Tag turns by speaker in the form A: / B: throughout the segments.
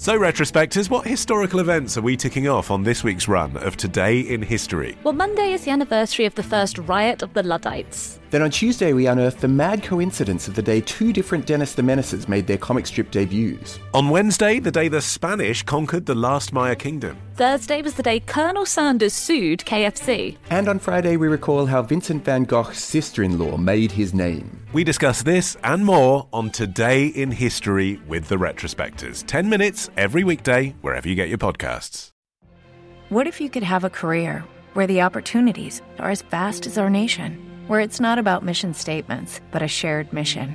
A: So, retrospectors, what historical events are we ticking off on this week's run of Today in History?
B: Well, Monday is the anniversary of the first riot of the Luddites.
C: Then on Tuesday, we unearthed the mad coincidence of the day two different Dennis the Menaces made their comic strip debuts.
A: On Wednesday, the day the Spanish conquered the last Maya kingdom.
B: Thursday was the day Colonel Sanders sued KFC.
C: And on Friday, we recall how Vincent van Gogh's sister in law made his name.
A: We discuss this and more on Today in History with the Retrospectors. 10 minutes every weekday, wherever you get your podcasts.
D: What if you could have a career where the opportunities are as vast as our nation, where it's not about mission statements, but a shared mission?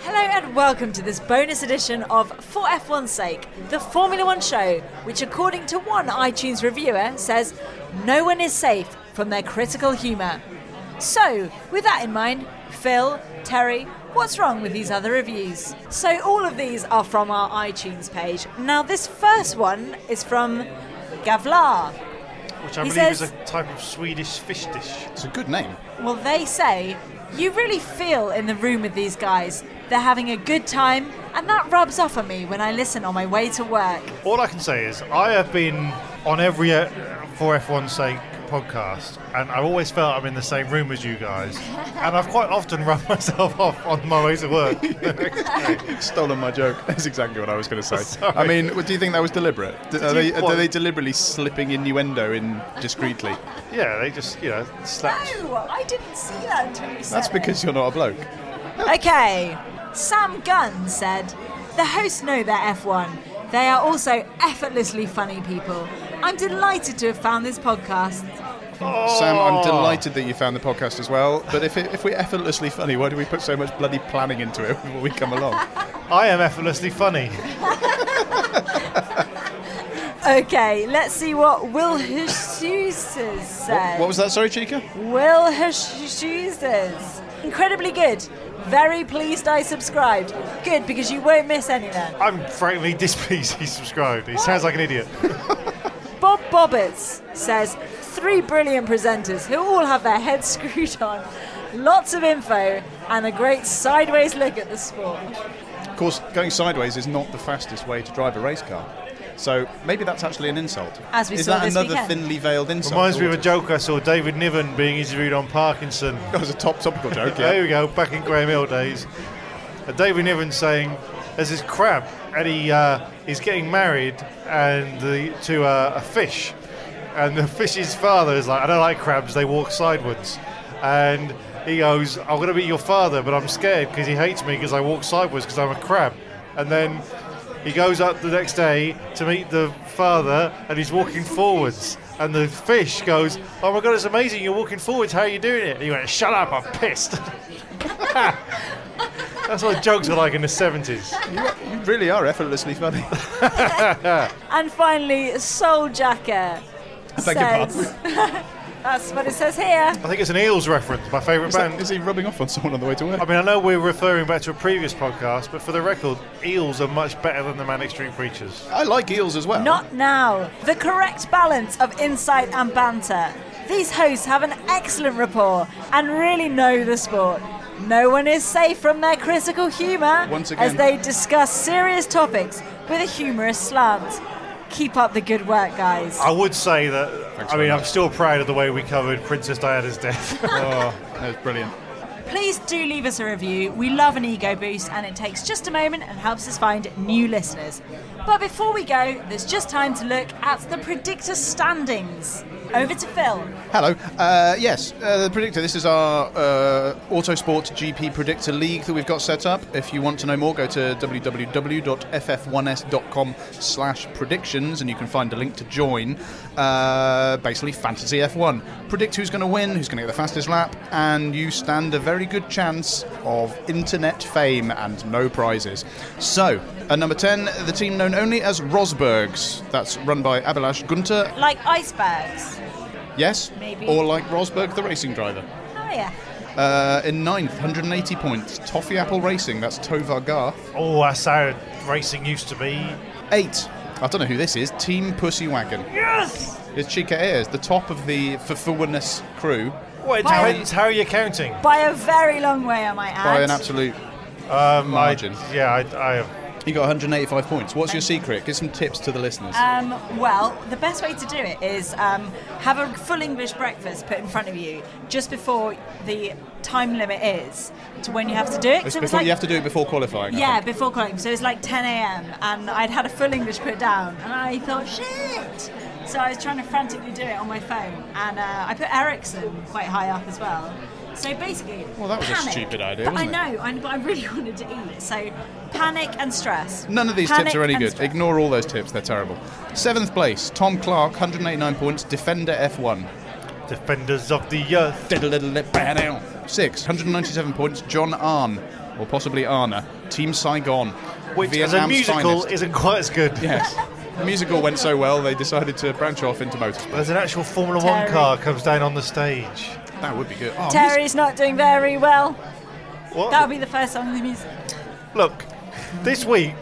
E: Hello and welcome to this bonus edition of For F1's Sake, the Formula One show, which, according to one iTunes reviewer, says no one is safe from their critical humour. So, with that in mind, Phil, Terry, what's wrong with these other reviews? So, all of these are from our iTunes page. Now, this first one is from Gavlar.
F: Which I
E: He
F: believe
E: says-
F: is a type of Swedish fish dish.
G: It's a good name.
E: Well, they say you really feel in the room with these guys. They're having a good time, and that rubs off on me when I listen on my way to work.
F: All I can say is I have been on every uh, for F1's sake podcast, and I've always felt I'm in the same room as you guys, and I've quite often run myself off on my way to work.
G: You've stolen my joke. That's exactly what I was going to say.
F: Sorry.
G: I mean, what- do you think that was deliberate? Do, are,
F: you-
G: they,
F: what?
G: are they deliberately slipping innuendo in discreetly?
F: yeah, they just you know slapped.
E: No, I didn't see that until you said
G: That's because you're not a bloke.
E: Okay. Sam Gunn said, The hosts know their F1. They are also effortlessly funny people. I'm delighted to have found this podcast.
G: Sam, I'm delighted that you found the podcast as well. But if, it, if we're effortlessly funny, why do we put so much bloody planning into it before we come along?
F: I am effortlessly funny.
E: Okay, let's see what Will Hushuses said.
G: What was that? Sorry, Chica.
E: Will Hushuses. Incredibly good. Very pleased I subscribed. Good, because you won't miss any then.
F: I'm frankly displeased he subscribed. He sounds like an idiot.
E: Bob Bobbitts says three brilliant presenters who all have their heads screwed on, lots of info, and a great sideways look at the sport.
G: Of course, going sideways is not the fastest way to drive a race car. So maybe that's actually an insult.
E: As we
G: is
E: saw
G: that
E: this
G: another
E: weekend.
G: thinly veiled insult?
F: Reminds me of a joke I saw David Niven being interviewed on Parkinson.
G: That was a top topical joke. yeah.
F: There we go, back in Graham Hill days. Uh, David Niven saying there's this crab and he uh, he's getting married and the, to uh, a fish, and the fish's father is like, I don't like crabs, they walk sideways, and he goes, I'm gonna be your father, but I'm scared because he hates me because I walk sideways because I'm a crab, and then. He goes up the next day to meet the father and he's walking forwards. And the fish goes, Oh my god, it's amazing, you're walking forwards, how are you doing it? And he went, Shut up, I'm pissed. That's what jokes were like in the 70s.
G: You really are effortlessly funny.
E: And finally, Soul Jacker
G: beg your
E: says. That's what it says here.
F: I think it's an Eels reference, my favourite
G: Is, that-
F: band.
G: is he rubbing off on someone on the way to work?
F: I mean, I know we're referring back to a previous podcast, but for the record, Eels are much better than the Manic Street Preachers.
G: I like eels as well.
E: Not now. The correct balance of insight and banter. These hosts have an excellent rapport and really know the sport. No one is safe from their critical humour
G: Once
E: as
G: again.
E: they discuss serious topics with a humorous slant. Keep up the good work, guys.
F: I would say that, I
G: very
F: mean, I'm
G: much.
F: still proud of the way we covered Princess Diana's death.
G: Oh, that was brilliant.
E: Please do leave us a review. We love an ego boost and it takes just a moment and helps us find new listeners. But before we go, there's just time to look at the predictor standings. Over to Phil.
G: Hello. Uh, yes, uh, the predictor. This is our uh, Autosport GP Predictor League that we've got set up. If you want to know more, go to www.ff1s.com/predictions, and you can find a link to join. Uh, basically, fantasy F1. Predict who's going to win, who's going to get the fastest lap, and you stand a very good chance of internet fame and no prizes. So, at number ten, the team known only as Rosbergs. That's run by Abhilash Gunter
E: Like icebergs.
G: Yes?
E: Maybe.
G: Or like Rosberg, the racing driver.
E: Oh, yeah.
G: Uh, in ninth, 180 points. Toffee Apple Racing, that's Tovar Garth.
F: Oh, that's how racing used to be.
G: Eight, I don't know who this is, Team Pussy Wagon. Yes! It's Chica Ayers, the top of the Fafuanus crew,
F: Well, it
E: By-
F: depends how you're counting.
E: By a very long way, I might add.
G: by an absolute
F: Um, I-
G: Margin.
F: yeah, I, I,
G: You got 185 points. What's your secret? Give some tips to the listeners.
E: Um, well, the best way to do it is um, have a full English breakfast put in front of you just before the time limit is to when you have to do it.
G: It's
E: 'Cause it was
G: before-
E: like-
G: you have to do it before qualifying. I
E: Yeah,
G: think.
E: before calling. So it's like 10 a.m. and I'd had a full English put down and I thought, shit! So I was trying to frantically do it on my phone and uh, I put Ericsson quite high up as well. So basically,
G: Well, that was a
E: panic.
G: stupid idea,
E: But
G: wasn't
E: I know, I, but I really wanted to eat. So panic and stress.
G: None of these
E: Panic
G: tips are any
E: and
G: good.
E: stress.
G: Ignore all those tips, they're terrible. Seventh place, Tom Clark, 189 points, Defender F1.
F: defenders of the earth.
G: Six, 197 points, John Arn, or possibly Arna, Team Saigon.
F: Which, as a
G: Vietnam's
F: musical,
G: finest.
F: isn't quite as good.
G: Yes. The musical went so well, they decided to branch off into motorsport.
F: As an actual Formula One
E: Terry.
F: car comes down on the stage.
G: That would be good. Oh,
E: Terry's not doing very well.
F: What?
E: That'll be the first song of the music.
F: Look, this week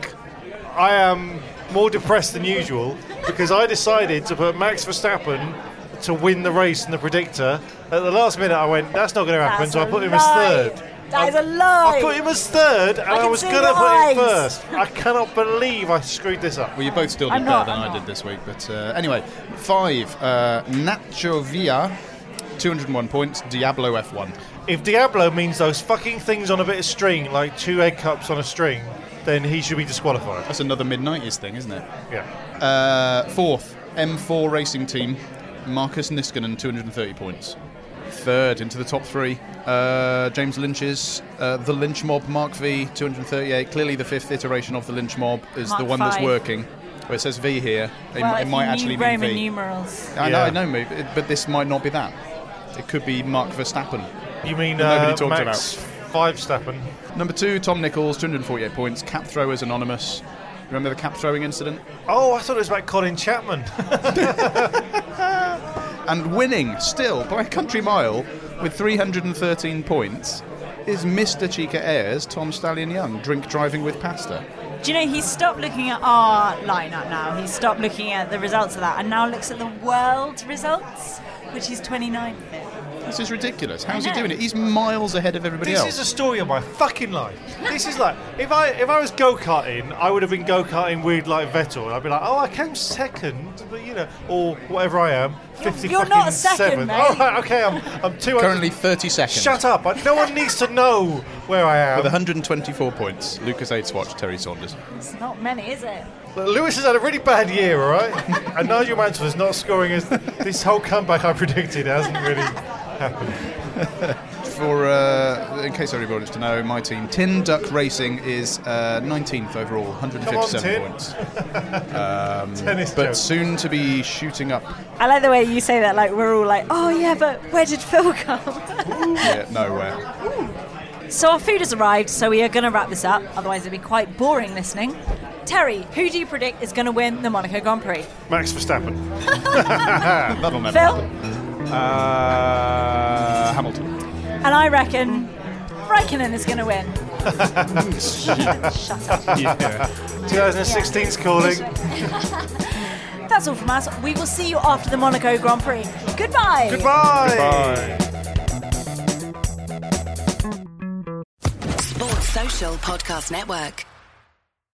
F: I am more depressed than usual because I decided to put Max Verstappen to win the race in the predictor. At the last minute, I went, "That's not going to happen,"
E: That's
F: so I
E: a
F: put him
E: lie.
F: as third.
E: That is a
F: I
E: lie.
F: put him as third, and
E: I
F: I,
E: can
F: was
E: see
F: going to
E: your
F: put him
E: eyes.
F: first. I cannot believe I screwed this up.
G: Well, you both still did
E: I'm not,
G: better than
E: I'm
G: I
E: not.
G: did this week. But uh, anyway, five, uh, Nacho Villa, 201 points, Diablo F1.
F: If Diablo means those fucking things on a bit of string, like two egg cups on a string, then he should be disqualified.
G: That's another mid 90s thing, isn't it?
F: Yeah.
G: Uh, fourth, M4 Racing Team, Marcus Niskanen, 230 points. Third into the top three, uh, James Lynch's uh, The Lynch Mob Mark V, 238. Clearly, the fifth iteration of The Lynch Mob is
E: Mark
G: the one that's
E: five.
G: working. Where it says V here, it,
E: well,
G: mi- it
E: if
G: might
E: you knew
G: actually
E: Roman
G: be V.
E: numerals.
G: I know,
F: Yeah.
G: I know, mate, but- but this might not be that. It could be Mark Verstappen.
F: You mean
G: Nobody
F: uh,
G: talked
F: Max Five Stappen?
G: Number two, Tom Nichols, 248 points. Cap throwers anonymous. Remember the cap throwing incident?
F: Oh, I thought it was about Colin Chapman.
G: And winning still by a country mile with 313 points is Mr. Chica Ayres, Tom Stallion Young, drink driving with pasta.
E: Do you know he's stopped looking at our lineup now? He's stopped looking at the results of that and now looks at the world results, which he's 29th in.
G: This is ridiculous. How's he
E: know.
G: doing it? He's miles ahead of everybody
F: This
G: else.
F: is a story of my fucking life. This is like if I if I was go karting, I would have been go karting with like Vettel. I'd be like, oh, I came second, but you know, or whatever I am, fifty.
E: you're
F: fucking
E: not second,
F: seventh.
E: mate.
F: All right, okay, I'm I'm two
G: Currently 30 seconds.
F: Shut up! I, no one needs to know where I
G: With
F: am.
G: 124 points, Lucas Aidswatch, Terry Saunders.
E: It's not many, is it?
F: Look, Lewis has had a really bad year, all right. and Nigel Mansell is not scoring as this whole comeback I predicted hasn't really happened.
G: For uh, in case everybody wants to know, my team Tin Duck Racing is uh, 19th overall,
F: Tin.
G: 157 points.
F: Tennis
G: But
F: jokes.
G: soon to be shooting up.
E: I like the way you say that, like we're all like, oh yeah, but where did Phil come?
G: Yeah, nowhere.
E: so our food has arrived, so we are going to wrap this up, otherwise it'd be quite boring listening. Terry, who do you predict is going to win the Monaco Grand Prix?
F: Max Verstappen.
G: That'll never
E: Phil?
G: happen. Uh, Hamilton.
E: And I reckon Raikkonen is going to win. Shut up.
F: 2016's calling.
E: That's all from us. We will see you after the Monaco Grand Prix. Goodbye.
F: Goodbye.
H: Sports Social Podcast Network.